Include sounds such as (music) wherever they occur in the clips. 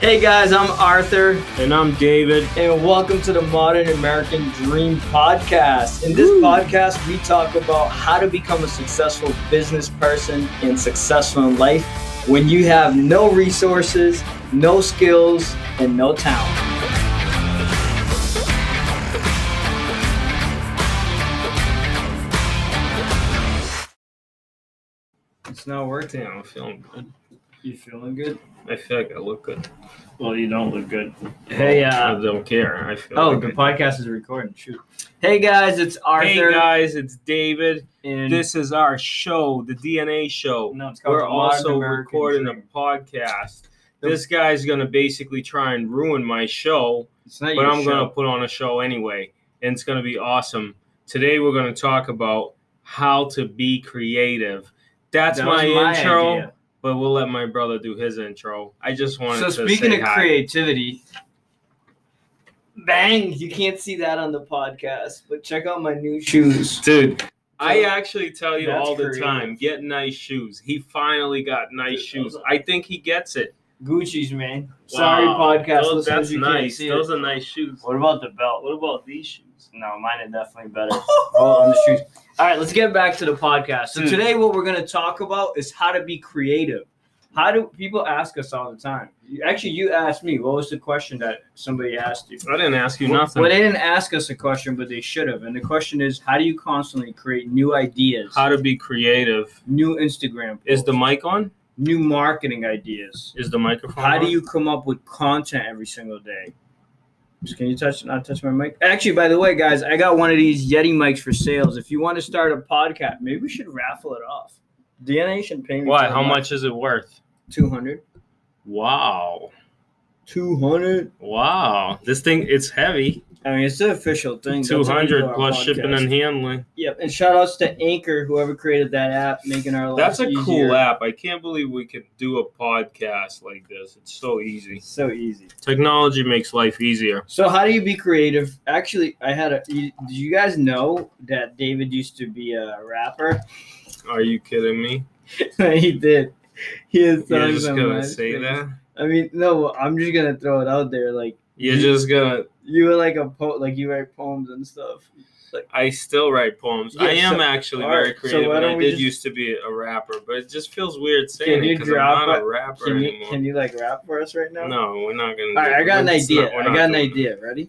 Hey guys, I'm Arthur, And I'm David. and welcome to the Modern American Dream Podcast. In this podcast, we talk about how to become a successful business person and successful in life when you have no resources, no skills, and no talent. It's not working. I'm feeling good. You feeling good? I feel like I look good. Well, you don't look good. Hey, uh, I don't care. I feel. oh, like the I- podcast is recording. Shoot. Hey guys, it's Arthur. Hey guys, it's David. and This is our show, the DNA Show. no, it's called We're the Modern also American recording Dream. a podcast. The- This guy's gonna basically try and ruin my show, It's not but your I'm gonna show. put on a show anyway, and it's gonna be awesome. Today we're gonna talk about how to be creative. That's That was my, intro, idea. but we'll let my brother do his intro. I just wanted So to speaking say of hi. creativity, bang! You can't see that on the podcast, but check out my new shoes. Dude, I actually tell you That's all the creative. time, get nice shoes. He finally got nice Dude, shoes. those are- I think he gets it. Gucci's, man. Sorry, podcast Those, listeners, that's you can't nice. see it. Those are nice shoes. What about the belt? What about these shoes? No, mine are definitely better. Well, on the shoes. All right, let's get back to the podcast. So Hmm. Dude. today, what we're going to talk about is how to be creative. How do people ask us all the time? You- Actually, you asked me. What was the question that somebody asked you? I didn't ask you Well, nothing. Well, they didn't ask us a question, but they should have. And the question is, how do you constantly create new ideas, How to be creative. new Instagram? Is the posts? mic on? new marketing ideas? Is the microphone How do on? you come up with content every single day? Just- Can you touch not touch my mic? Actually, by the way, guys, I got one of these Yeti mics for sales. If you want to start a podcast, maybe we should raffle it off. DNA should pay me. Why? How much is it worth? 200. Wow. 200. Wow. This thing, it's heavy. I mean, it's the official thing. That's how we do 200 our plus shipping podcast. and handling. Yep, and shout outs to Anchor, whoever created that app, making our lives That's a easier. cool app. I can't believe we could do a podcast like this. It's so easy. So easy. Technology makes life easier. So how do you be creative? Actually, I had a. You, did you guys know that David used to be a rapper? Are you kidding me? (laughs) he did. He has You're songs just on gonna MySpace. say that? I mean, no. I'm just gonna throw it out there. Like You're just gonna. you were like a poet, like you write poems and stuff. I still write poems. I Yeah, am so- actually all very right, so creative, why and I don't did we just- used to be a rapper, but it just feels weird saying Can you it because I'm drop not it? a rapper Can you anymore. can you like rap for us right now? No, we're not gonna. All right, do I it. got an We're just idea. not- we're I not got an doing it. idea. Ready?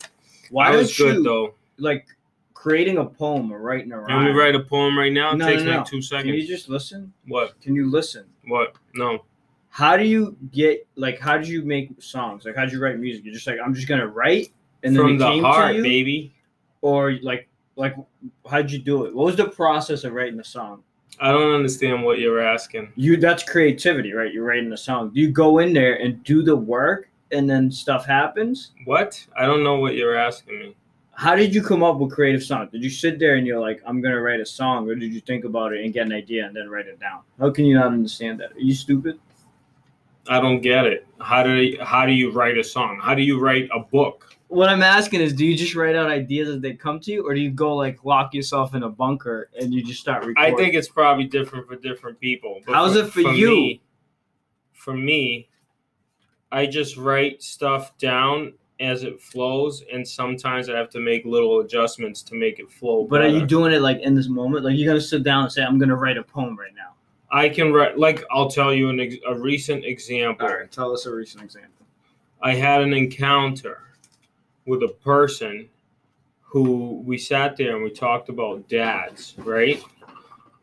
Why That don't was good you though. like creating a poem or writing a Can we rhyme? write a poem right now? It No, takes no, no. like two Can seconds. you just listen? What? Can you listen? What? No. how do you get like how did you make songs like how did you write music you're just like i'm just gonna write and then From it the came heart, to you baby. or like like how'd you do it what was the process of writing the song I don't understand what you're asking. you that's creativity right you're writing the song you go in there and do the work and then stuff happens What? I don't know what you're asking me. how did you come up with creative songs did you sit there and you're like i'm gonna write a song or did you think about it and get an idea and then write it down how can you not understand that are you stupid I don't get it. How do you, how do you write a song? How do you write a book? what I'm asking is, do you just write out ideas as they come to you, or do you go like lock yourself in a bunker and you just start recording? I think it's probably different for different people. How's it for you? Me, for me, I just write stuff down as it flows, and sometimes I have to make little adjustments to make it flow. But are you better. doing it like in this moment? Like you're gonna sit down and say, "I'm gonna write a poem right now." I can write. Like I'll tell you an ex- a recent example. All right, tell us a recent example. I had an encounter with a person who we sat there and we talked about dads, right?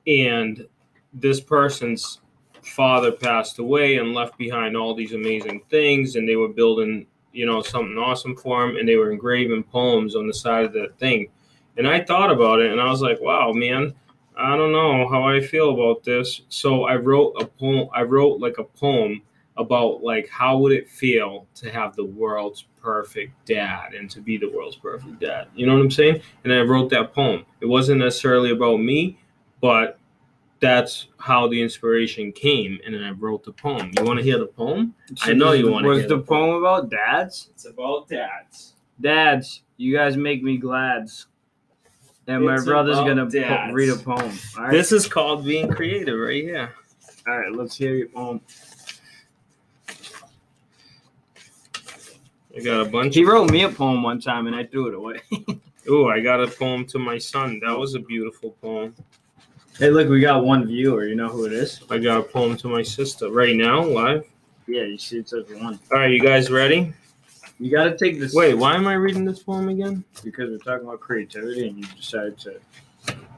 And this person's father passed away and left behind all these amazing things, and they were building, you know, something awesome for him, and they were engraving poems on the side of that thing. And I thought about it, and I was like, wow, man. I don't know how I feel about this. So I wrote a poem. I wrote like a poem about like how would it feel to have the world's perfect dad and to be the world's perfect dad you know what i'm saying and i wrote that poem it wasn't necessarily about me but that's how the inspiration came and then i wrote the poem you want to hear the poem I know you wanna Was hear the the poem about dads? it's about dads Dads, you guys make me glads. And my It's brother's about gonna po- dads. read a poem. All right, this is called being creative right here all right. Let's hear your poem. I got a bunch. He wrote me a poem one time and I threw it away. (laughs) Oh, I got a poem to my son. That was a beautiful poem. Hey, look, we got one viewer. You know who it is? I got a poem to my sister right now, live. Yeah, you see, it's everyone. All right, you guys ready? You got to take this. Wait, why am I reading this poem again? because we're talking about creativity and you decided to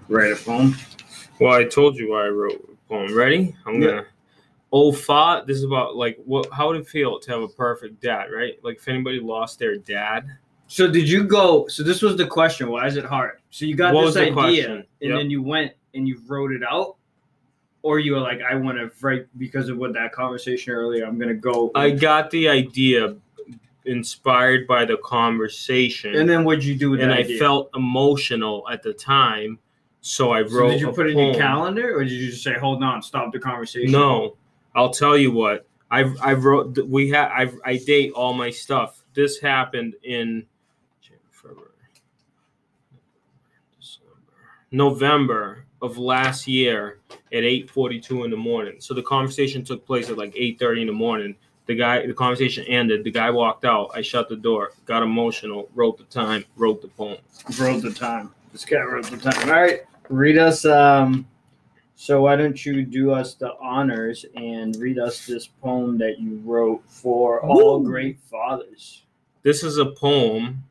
write a poem. Well, I told you why I wrote a poem. Ready? I'm Yeah. gonna. Oh, fa. This is about like what? How would it feel to have a perfect dad, right? Like if anybody lost their dad. So did you go? So this was the question. Why is it hard? So you got What was this the idea, question? and Yep. then you went and you wrote it out, or you were like, "I want to write because of what that conversation earlier. I'm gonna go." I got the idea inspired by the conversation, and then what'd you do with and that I idea? felt emotional at the time, so I wrote. So did you a put it in poem. your calendar, or did you just say, "Hold on, stop the conversation"? No, I'll tell you what. I I wrote th- we have I I date all my stuff. This happened in January, February, December, November of last year at 8:42 in the morning. So the conversation took place at like 8:30 in the morning. The guy the conversation ended. The guy walked out. I shut the door. Got emotional. Wrote the time. Wrote the poem. wrote the time. This guy wrote the time. All right, read us. Um, so why don't you do us the honors and read us this poem that you wrote for all Woo. great fathers? This is a poem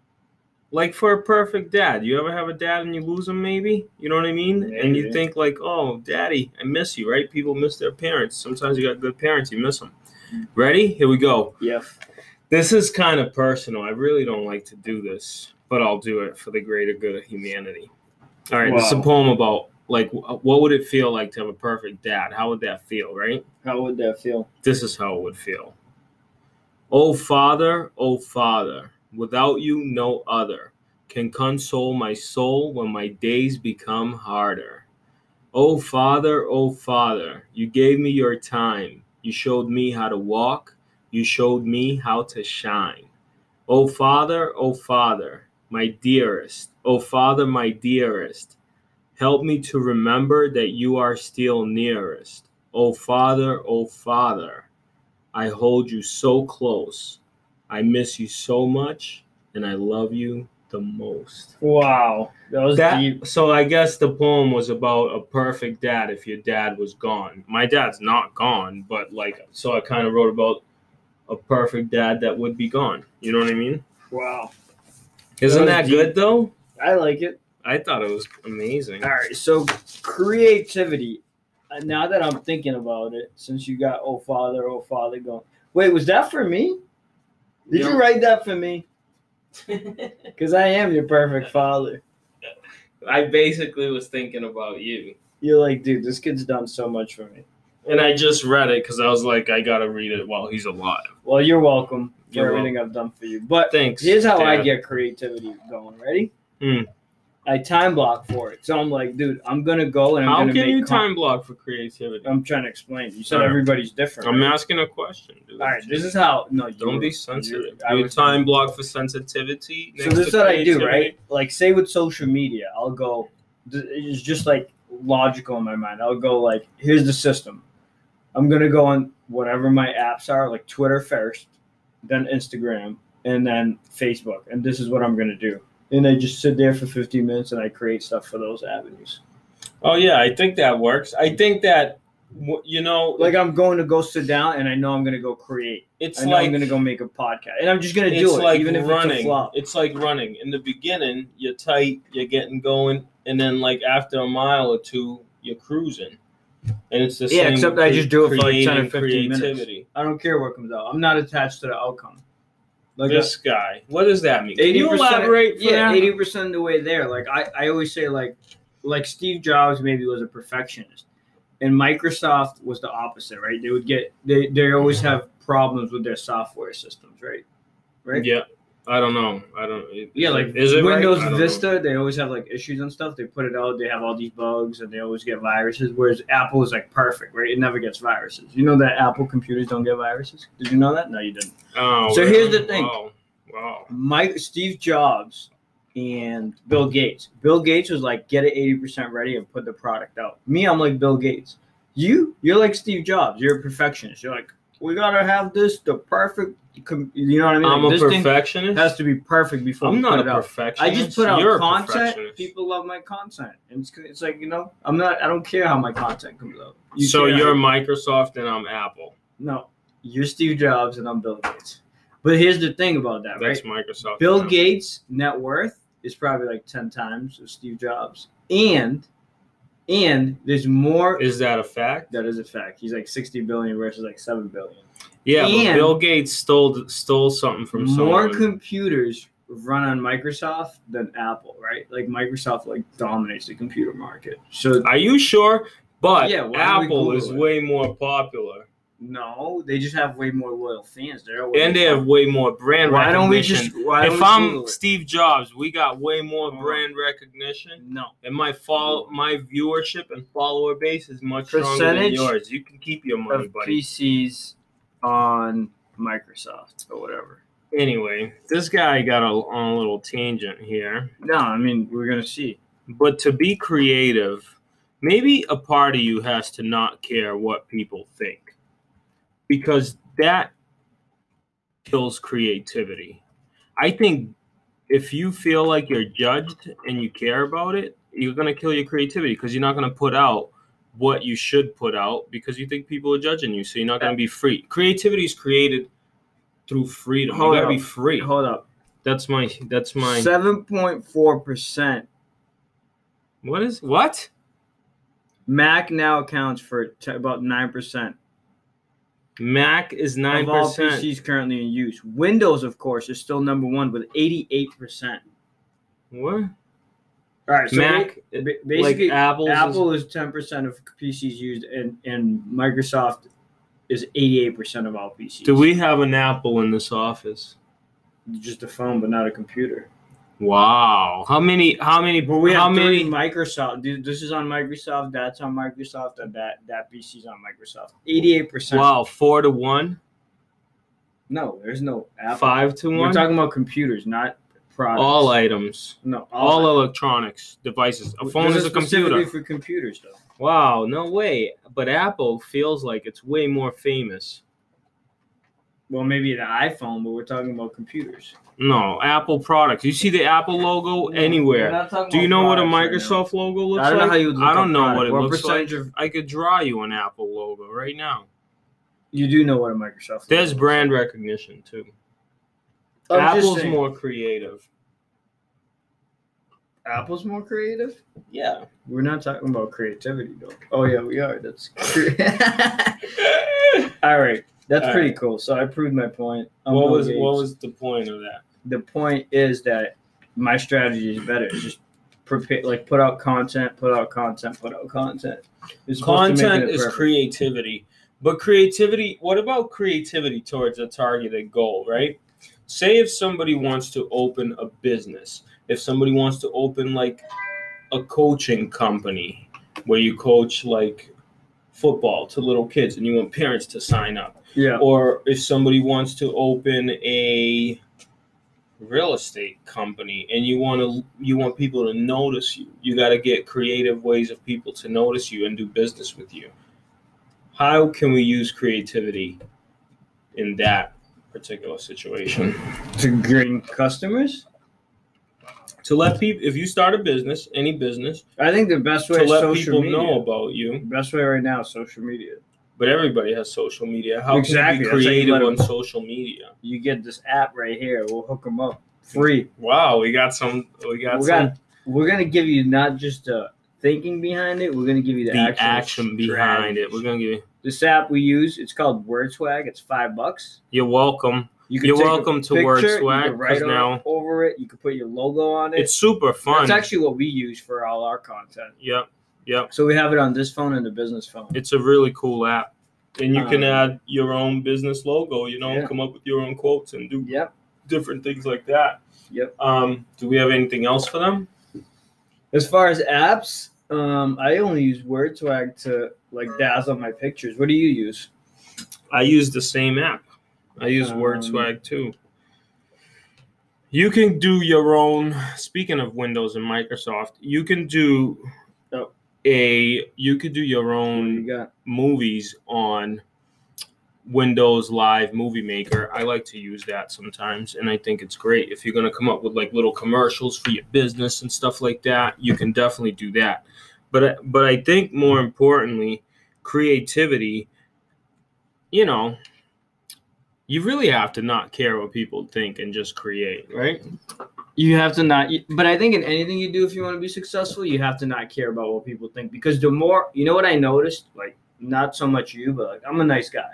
like for a perfect dad. You ever have a dad and you lose him, maybe? You know what I mean? And you Maybe. think like, oh, daddy, I miss you, right? People miss their parents. Sometimes you got good parents, you miss them. Ready? Here we go. Yep. This is kind of personal. I really don't like to do this, but I'll do it for the greater good of humanity. All right, this is a Wow. poem about like wh- what would it feel like to have a perfect dad? How would that feel, right? How would that feel? this is how it would feel. O Father, O Father, without you no other can console my soul when my days become harder. O Father, O Father, you gave me your time. You showed me how to walk. You showed me how to shine. O Father, O Father, my dearest, O Father, my dearest, help me to remember that you are still nearest. O Father, O Father, I hold you so close. I miss you so much, and I love you the most. Wow, that was deep. That, so I guess the poem was about a perfect dad if your dad was gone. My dad's not gone, but like so I kind of wrote about a perfect dad that would be gone. You know what I mean? Wow, Isn't was that deep. good though? I like it. I thought it was amazing. All right, so creativity. Uh, Now that I'm thinking about it, since you got "Oh Father, Oh Father" going, wait, was that for me? Did Yeah. you write that for (laughs) me? I Because I am your perfect father. basically was thinking about you. You're like, dude, this kid's done so much for me. And I just read it because I was like, I gotta read it while he's alive. Well, you're welcome for You're everything I've done for you. But Thanks. here's how I Dad. get creativity going. Ready? Hmm. I time block for it. So I'm like, dude, I'm gonna go and I'm How gonna can make you con- time block for creativity? I'm trying to explain. You said Alright. everybody's different. I'm right? asking a question. Dude. All right, this is how. No, you Don't were- be you- sensitive. I Do you was- time block for sensitivity. So next this to is what I do, creativity? right? Like, say with social media, I'll go. th- It's just like logical in my mind. I'll go like, here's the system. I'm gonna go on whatever my apps are, like Twitter first, then Instagram, and then Facebook, and this is what I'm gonna do. And I just sit there for 15 minutes and I create stuff for those avenues. Oh yeah, I think that works. I think that w- you know, Like I'm going to go sit down and I know I'm gonna go create. it's I know like I'm gonna go make a podcast, and I'm just gonna it's do it, like even if running. it's a flop. like running. In the beginning, you're tight, you're getting going, and then like after a mile or two, you're cruising. And it's the Yeah, same. except I with just do it for, like, 10 or creating 15 minutes. creativity. I don't care what comes out. I'm not attached to the outcome. Like I- this guy. What does that mean? Can you 80% elaborate? For yeah, that? eighty percent of the way there. Like I, I always say, like like Steve Jobs maybe was a perfectionist, and Microsoft was the opposite, right? They would get they they always have problems with their software systems, right? Right. Yeah, I don't know. I don't. it- Yeah, like is it right? Windows I don't know. Vista, they always have like issues and stuff. They put it out, they have all these bugs, and they always get viruses. Whereas Apple is like perfect, right? It never gets viruses. You know that Apple computers don't get viruses. Did you know that? No, you didn't. Oh, So really? here's the thing. Wow. wow. Mike, Steve Jobs, and Bill Gates. Bill Gates was like, get it eighty percent ready and put the product out. Me, I'm like Bill Gates. You, you're like Steve Jobs. You're a perfectionist. You're like, we gotta have this the perfect. com- You know what I mean? I'm Like, a this thing perfectionist. has to be perfect before I'm we not put a it out. perfectionist. I just put out You're a content. perfectionist. People love my content. And It's, it's like you know, I'm not. I don't care how my content comes out. You so can't- you're Microsoft and I'm Apple. no, you're Steve Jobs and I'm Bill Gates. But here's the thing about that, right? That's Microsoft. Bill and Apple. Gates' net worth is probably like ten times of Steve Jobs, and and there's more. Is that a fact? that is a fact. He's like sixty billion versus like seven billion. Yeah, but And- Bill Gates stole stole something from more someone. computers run on Microsoft than Apple, right? Like Microsoft like dominates the computer market. So Are you sure? But Yeah, why don't we Apple Google is it? way more popular, no, they just have way more loyal fans. They're always- and they have way more brand Why don't we recognition. just? Why don't if we I'm Google it? Uh-huh. Steve Jobs, we got way more Hold on. brand recognition, no and my follow my viewership and follower base is much stronger than Percentage yours. You can keep your money, of buddy. PCs on Microsoft or whatever. Anyway, this guy got a, on a little tangent here. No, I mean we're gonna see. but to be creative, maybe a part of you has to not care what people think because that kills creativity. I think if you feel like you're judged and you care about it, you're going to kill your creativity because you're not going to put out what you should put out because you think people are judging you. So you're not going to be free. Creativity is created through freedom. Hold you got up. to be free. Hold up, That's my that's my seven point four percent. What is what? Mac now accounts for t- about nine percent Mac is of 9%. all PCs currently in use. Windows, of course, is still number one with eighty-eight percent. What? All right, so Mac, ba- it- ba- like basically, Apple's is- Apple is ten percent of PCs used, and and Microsoft is eighty-eight percent of all PCs. do we have an Apple in this office? just a phone, but not a computer? Wow. How many? How many? But we how have many? three Microsoft. Dude, this is on Microsoft. That's on Microsoft. And that that PC's on Microsoft. Eighty-eight percent. Wow. Four to one. No, there's no Apple. Five to We're one. talking about computers, not products. all items. No, All electronics devices. A phone This is a specifically computer. for computers, though. Wow. No way. But Apple feels like it's way more famous. Well, maybe the iPhone, but we're talking about computers. No, Apple products. You see the Apple logo We're anywhere. not talking Do you about know what a products right now. Microsoft logo looks I don't know like? how you would look I don't up know what product. it What looks like. percentage of- I could draw you an Apple logo right now. You do know what a Microsoft. There's logo is. brand recognition too. I'm just Apple's saying. more creative. Apple's more creative. Yeah. We're not talking about creativity, though. Oh yeah, we are. That's. (laughs) All right. That's All pretty right. cool. So I proved my point. I'm what Bill was Gates. what was the point of that? the point is that my strategy is better. It's Just prepare, like put out content, put out content, put out content. It's supposed to make Content it is perfect. creativity. But creativity, what about creativity towards a targeted goal, right? Say if somebody wants to open a business, if somebody wants to open like a coaching company where you coach like football to little kids and you want parents to sign up. Yeah. or if somebody wants to open a real estate company and you want to you want people to notice you you got to get creative ways of people to notice you and do business with you how can we use creativity in that (laughs) particular situation To gain customers, to let people if you start a business any business I think the best way to is let social people media. know about you The best way right now is social media. but everybody has social media how Exactly, that's can how you you be creative let 'em- on social media You get this app right here. We'll hook them up free. wow we got some we got we some got. We're gonna give you not just the thinking behind it. We're gonna give you the, the actual action behind it. strategies. We're gonna give you. This app we use, it's called WordSwag. It's five bucks. You're welcome. You You're take a welcome to picture, you WordSwag, can 'cause write on- now- over it. You can put your logo on it. It's super fun. That's actually what we use for all our content. yep, yep. So we have it on this phone and the business phone. It's a really cool app, and you can Um, add your own business logo. You know, Yeah. come up with your own quotes and do Yep. different things like that. Yep. Um, do we have anything else for them? As far as apps, um, I only use WordSwag to like dazzle my pictures. What do you use? I use the same app. I use Um, WordSwag too. You can do your own. Speaking of Windows and Microsoft, you can do Oh. a you could do your What do own you got? movies on Windows Live Movie Maker. I like to use that sometimes, and I think it's great. If you're going to come up with like little commercials for your business and stuff like that, you can definitely do that. But I- but I think more importantly, creativity. You know, you really have to not care what people think and just create, right? You have to not, but I think in anything you do, if you want to be successful, you have to not care about what people think because the more, you know what I noticed? Like, not so much you, but like, I'm a nice guy.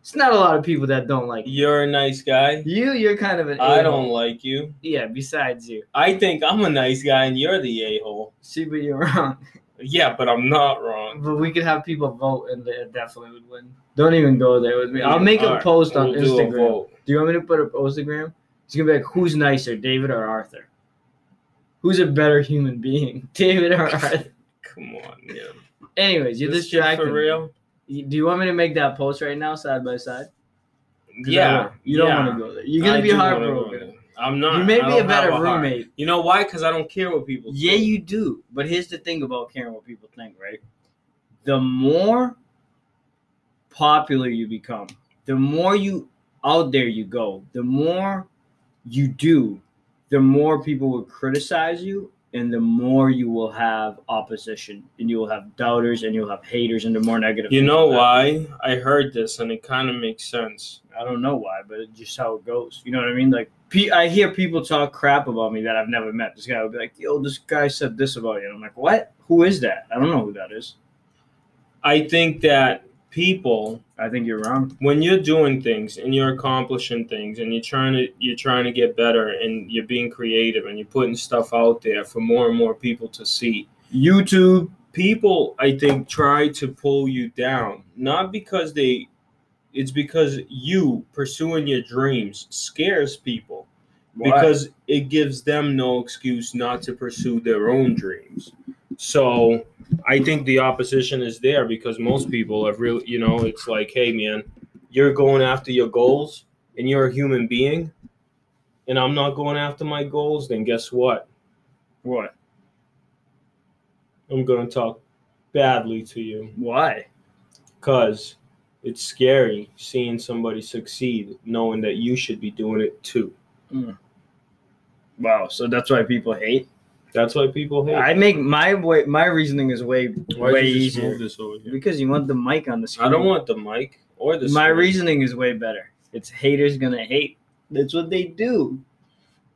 It's not a lot of people that don't like you. You're a nice guy. You, you're kind of an. I a-hole. don't like you. Yeah, besides you. I think I'm a nice guy and you're the a hole. See, but you're wrong. Yeah, but I'm not wrong. But we could have people vote and they definitely would win. Don't even go there with me. I'll make a Alright, post on we'll do a Instagram. Do, vote. you want me to put up Instagram? It's gonna be like, who's nicer, David or Arthur? Who's a better human being, (laughs) David or Arthur? Come on, yeah. Anyways, you're This shit distracting. for real? me. Do you want me to make that post right now, side by side? 'Cause I Yeah. won't. You don't yeah. want to go there. You're gonna I be do wanna go heartbroken. there. I'm not. You may I be don't a better have heart. roommate. You know why? Because I don't care what people. Yeah, think. you do. But here's the thing about caring what people think, right? The more popular you become, the more you out there you go, the more you do, the more people will criticize you and the more you will have opposition and you will have doubters and you'll have haters and the more negative. You things know will happen. why? I heard this and it kind of makes sense. I don't know why, but it's just how it goes. You know what I mean? Like, pe- I hear people talk crap about me that I've never met. This guy will be like, "Yo, this guy said this about you," and I'm like, "What? Who is that? I don't know who that is." I think that people I think you're wrong. when you're doing things and you're accomplishing things and you're trying to you're trying to get better and you're being creative and you're putting stuff out there for more and more people to see YouTube. people i think try to pull you down not because they it's because you pursuing your dreams scares people because it gives them no excuse not to pursue their own dreams. So I think the opposition is there because most people have really, you know, it's like, hey, man, you're going after your goals and you're a human being, and I'm not going after my goals, then guess what? what? I'm going to talk badly to you Why? because it's scary seeing somebody succeed knowing that you should be doing it too. Wow. So that's why people hate. That's why people hate. I make my way. My reasoning is way Why'd way you just easier move this over here? because you want the mic on the screen. I don't want the mic or the. My screen. reasoning is way better. It's haters gonna hate. That's what they do.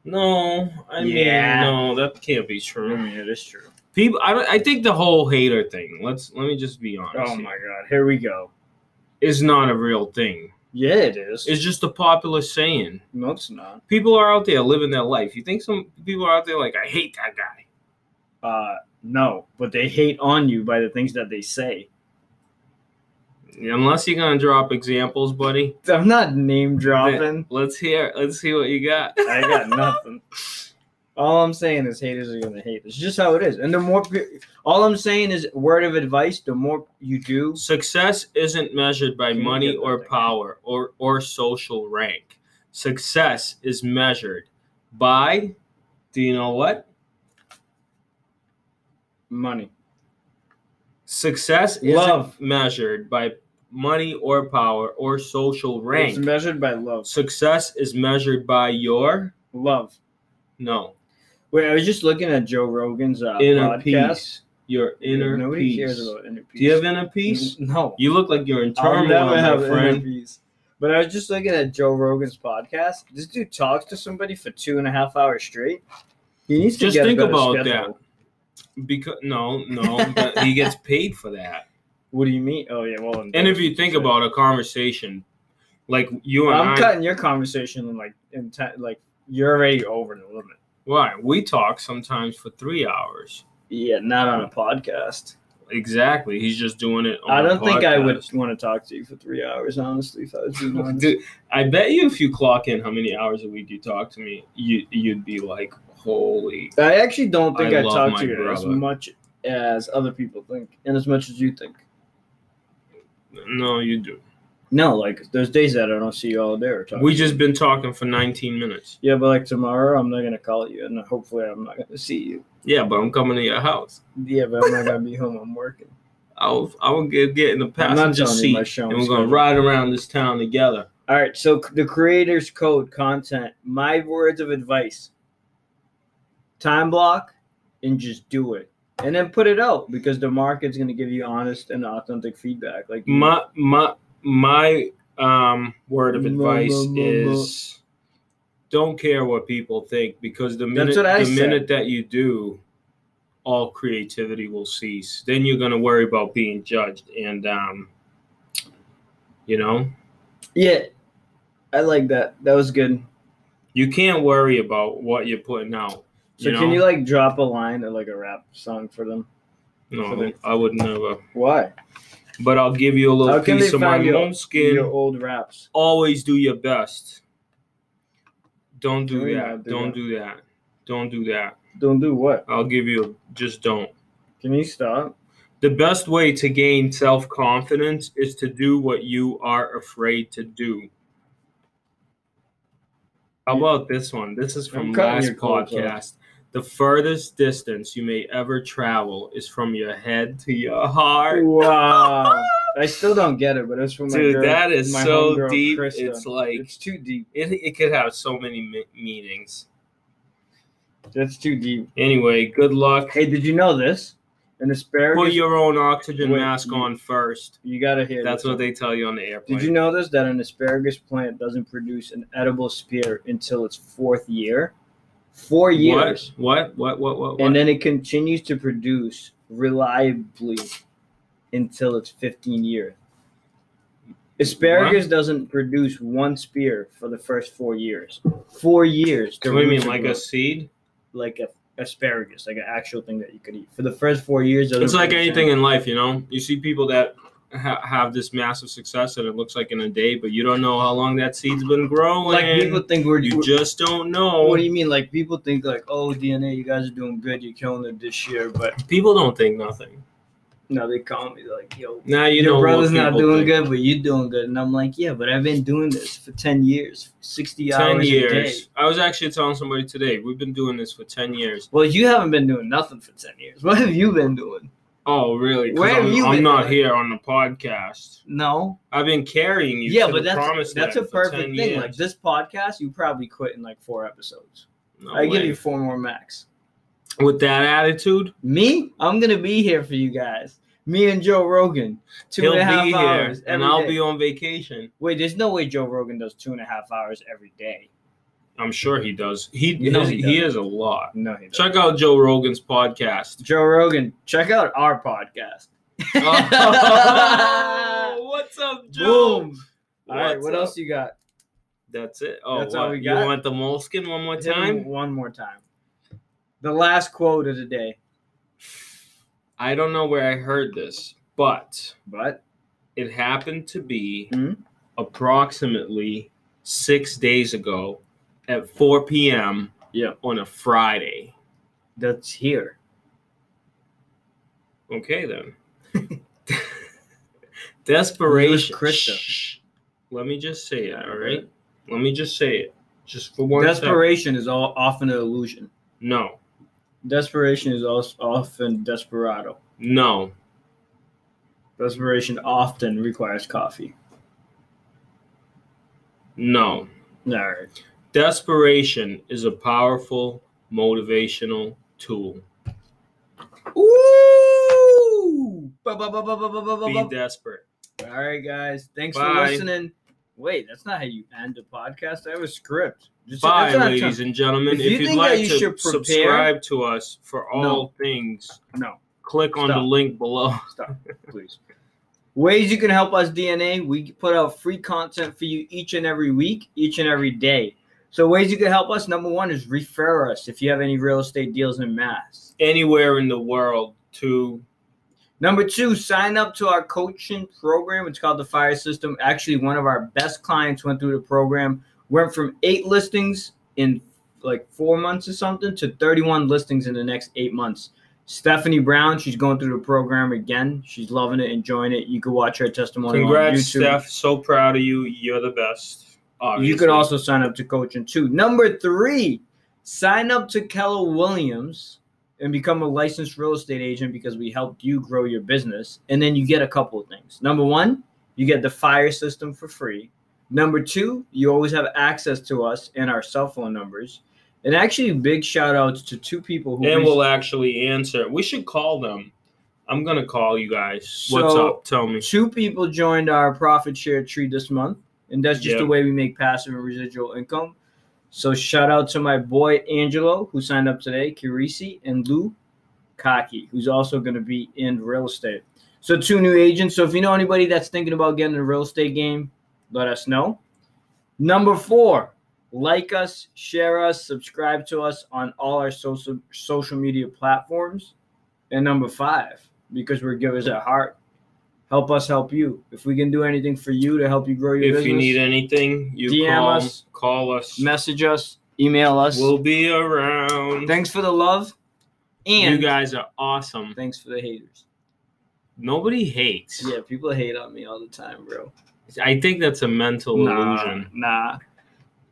No, I Yeah. mean no, that can't be true. mean, it is true. People, I, don't- I think the whole hater thing. Let's let me just be honest. Oh my god. Here we go. It's not a real thing. Yeah, it is. It's just a popular saying. no, it's not. People are out there living their life. You think some people are out there like I hate that guy. Uh, no, but they hate on you by the things that they say. Unless you're gonna drop examples, buddy. I'm not name dropping. Let's hear. Let's see what you got. (laughs) I got nothing. (laughs) All I'm saying is haters are gonna hate. It's just how it is. And the more, pe- all I'm saying is word of advice. The more you do, Success isn't measured by Can you money get that or thing? power or, or social rank. Success is measured by, do you know what? money. Success isn't Love. measured by money or power or social It's rank. measured by love. Success is measured by your, Love. no, Wait, I was just looking at Joe Rogan's uh, inner podcast. peace. Your inner Nobody peace. cares about inner peace. do you have inner peace? No. You look like you're in I'll turmoil, never have my friend. friend. interviews. But I was just looking at Joe Rogan's podcast. This dude talks to somebody for two and a half hours straight. He needs to Just get a think better about schedule. Because no, no, but he gets paid for that. What do you mean? Oh yeah, well. And if you think shit. about a conversation, like you and I'm I, cutting your conversation in like in te- like you're already over the limit. why we talk sometimes for three hours. Yeah, not on a podcast. Exactly. He's just doing it. On I a don't think I would podcast. want to talk to you for three hours, honestly. If I was (laughs) being honest. Dude, I bet you if you clock in how many hours a week you talk to me, you you'd be like, holy. I actually don't think I I, love talk my to you as brother. much as other people think, and as much as you think. No, you do. No, like there's days that I don't see you all day or talk. We just been talking for 19 minutes. Yeah, but like tomorrow, I'm not gonna call you, and hopefully, I'm not gonna see you. Yeah, but I'm coming to your house. Yeah, but I'm not gonna be home. I'm working. I will I will get, get in the I'm not passenger telling you seat my show. and we're gonna ride around this town together. (laughs) All right, so c- the creator's code content. My words of advice: time block and just do it, and then put it out because the market's gonna give you honest and authentic feedback. Like My my my um word of Mo- advice mo- mo- is don't care what people think because the minute what I the said. minute that you do, all creativity will cease. Then you're gonna worry about being judged and um you know yeah, I like that. That was good. you can't worry about what you're putting out. So You know? can you like drop a line or like a rap song for them? no, I would never. Why? But I'll give you a little How can piece they of my find your- moleskin. Your old raps. always do your best. Don't do Doing that. that, do don't that. do that. Don't do that. Don't do what? I'll give you just don't. Can you stop? The best way to gain self confidence is to do what you are afraid to do. How Yeah. about this one? This is from I'm cutting last your clothes off. podcast. The furthest distance you may ever travel is from your head to your heart. Wow. I still don't get it, but it's from my Dude, girl- that is my so homegirl, deep. Krista. It's like it's too deep. it, it could have so many me- meanings. That's too deep. Anyway, good luck. Hey, did you know this? An asparagus. Put your own oxygen Wait, mask you- on first. you gotta hear. That's this. what they tell you on the airplane. Did you know this? That an asparagus plant doesn't produce an edible spear until its fourth year. Four years, What? What? What? What? What? what? and then it continues to produce reliably until its 15 year. Asparagus doesn't produce one spear for the first four years. Four years. the what do you mean, roots are like growing. a seed? like a asparagus, like an actual thing that you could eat. For the first four years, It's like anything in life, you know. You see people that ha- have this massive success that it looks like in a day, but you don't know how long that seed's been growing. Like people think we're. you just don't know. what do you mean? Like people think like, oh, DNA, you guys are doing good. You're killing it this year, but people don't think nothing. no, they call me like, yo, Now you know your what brother's not people doing think. good, but you're doing good. And I'm like, yeah, but I've been doing this for ten years, sixty Ten hours a day. years. I was actually telling somebody today. We've been doing this for ten years. Well, you haven't been doing nothing for ten years. (laughs) What have you been doing? Oh, really? 'Cause Where have I'm, you I'm been not at? here on the podcast. No. I've been carrying you. yeah, to but the that's promised that's a land for 10 perfect thing. years. Like this podcast, you probably quit in like four episodes. No I give way. you four more max. with that attitude, Me, I'm gonna be here for you guys. Me and Joe Rogan, two he'll and a half be here, hours, and every I'll day. be on vacation. Wait, there's no way Joe Rogan does two and a half hours every day. I'm sure he does. (laughs) He You know his- he he, does. has a lot. No, he doesn't. Check out Joe Rogan's (laughs) podcast. (laughs) Joe Rogan, check out our podcast. (laughs) Oh, (laughs) what's up, Joe? Boom. All right, What's what up? else you got? That's it. Oh, That's all what? we you got? want the moleskin one more Hit him time? One more time. The last quote of the day, I don't know where I heard this, but but it happened to be Mhm. approximately six days ago at 4 p.m. Yeah. on a Friday. that's here. Okay, then. (laughs) Where's Desperation. Krista? Shh. Let me just say it, all right? Let me just say it. Just for one second. Desperation is all often an illusion. No, Desperation is also often desperado. no. Desperation often requires coffee. No. All right. Desperation is a powerful motivational tool. Ooh! Ba, ba, ba, ba, ba, ba, ba, ba, Be ba. desperate. All right, guys. Thanks for Bye. listening. Wait, that's not how you end a podcast. That was script. Just- Bye, that's not ladies and gentlemen. If If, you you would think that like you to should prepare- subscribe to us for all No. things, time- No, click on the Stop. link below. (laughs) stop, please. Ways you can help us DNA. We put out free content for you each and every week, each and every day. So ways you can help us. Number one is refer us if you have any real estate deals in Mass. Anywhere in the world to Number two, sign up to our coaching program. It's called the Fire System. Actually, one of our best clients went through the program, went from eight listings in like four months or something to 31 listings in the next eight months. Stephanie Brown, she's going through the program again. She's loving it, enjoying it. You can watch her testimony on Congrats, YouTube. Steph. So proud of you. You're the best. Obviously. You could also sign up to coaching too. Number three, sign up to Keller Williams and become a licensed real estate agent because we helped you grow your business. And then you get a couple of things. Number one, you get the fire system for free. Number two, you always have access to us and our cell phone numbers. And actually, big shout outs to two people who and reached- we'll actually answer. We should call them. I'm gonna call you guys. What's So- up? Tell me. two people joined our profit share tree this month, and that's just the Yep. way we make passive and residual income. So shout out to my boy Angelo who signed up today, Kirisi, and Lou Kaki, who's also going to be in real estate. So two new agents. So if you know anybody that's thinking about getting in the real estate game, let us know. Number four, like us, share us, subscribe to us on all our social social media platforms. And number five, because we're givers at heart, help us help you. If we can do anything for you to help you grow your If business, you need anything, you DM call us. Call us. message us, email us. We'll be around. thanks for the love, and you guys are awesome. thanks for the haters. Nobody hates. Yeah, people hate on me all the time, bro. I think that's a mental Nah, illusion. nah.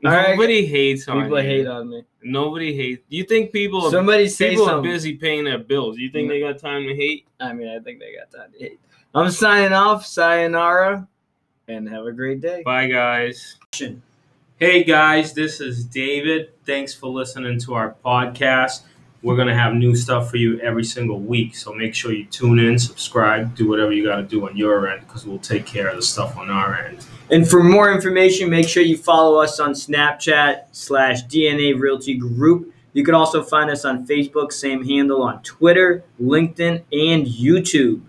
All right. Nobody hates on People you. hate on me. Nobody hates. You think people are, Somebody say people are something. busy paying their bills? You think they got time to hate? I mean, I think they got time to hate. I'm signing off. Sayonara, and have a great day. Bye, guys. Hey, guys. This is David. Thanks for listening to our podcast. We're gonna have new stuff for you every single week, so make sure you tune in, subscribe, do whatever you got to do on your end, because we'll take care of the stuff on our end. And for more information, make sure you follow us on Snapchat slash DNA Realty Group. You can also find us on Facebook, same handle on Twitter, LinkedIn, and YouTube.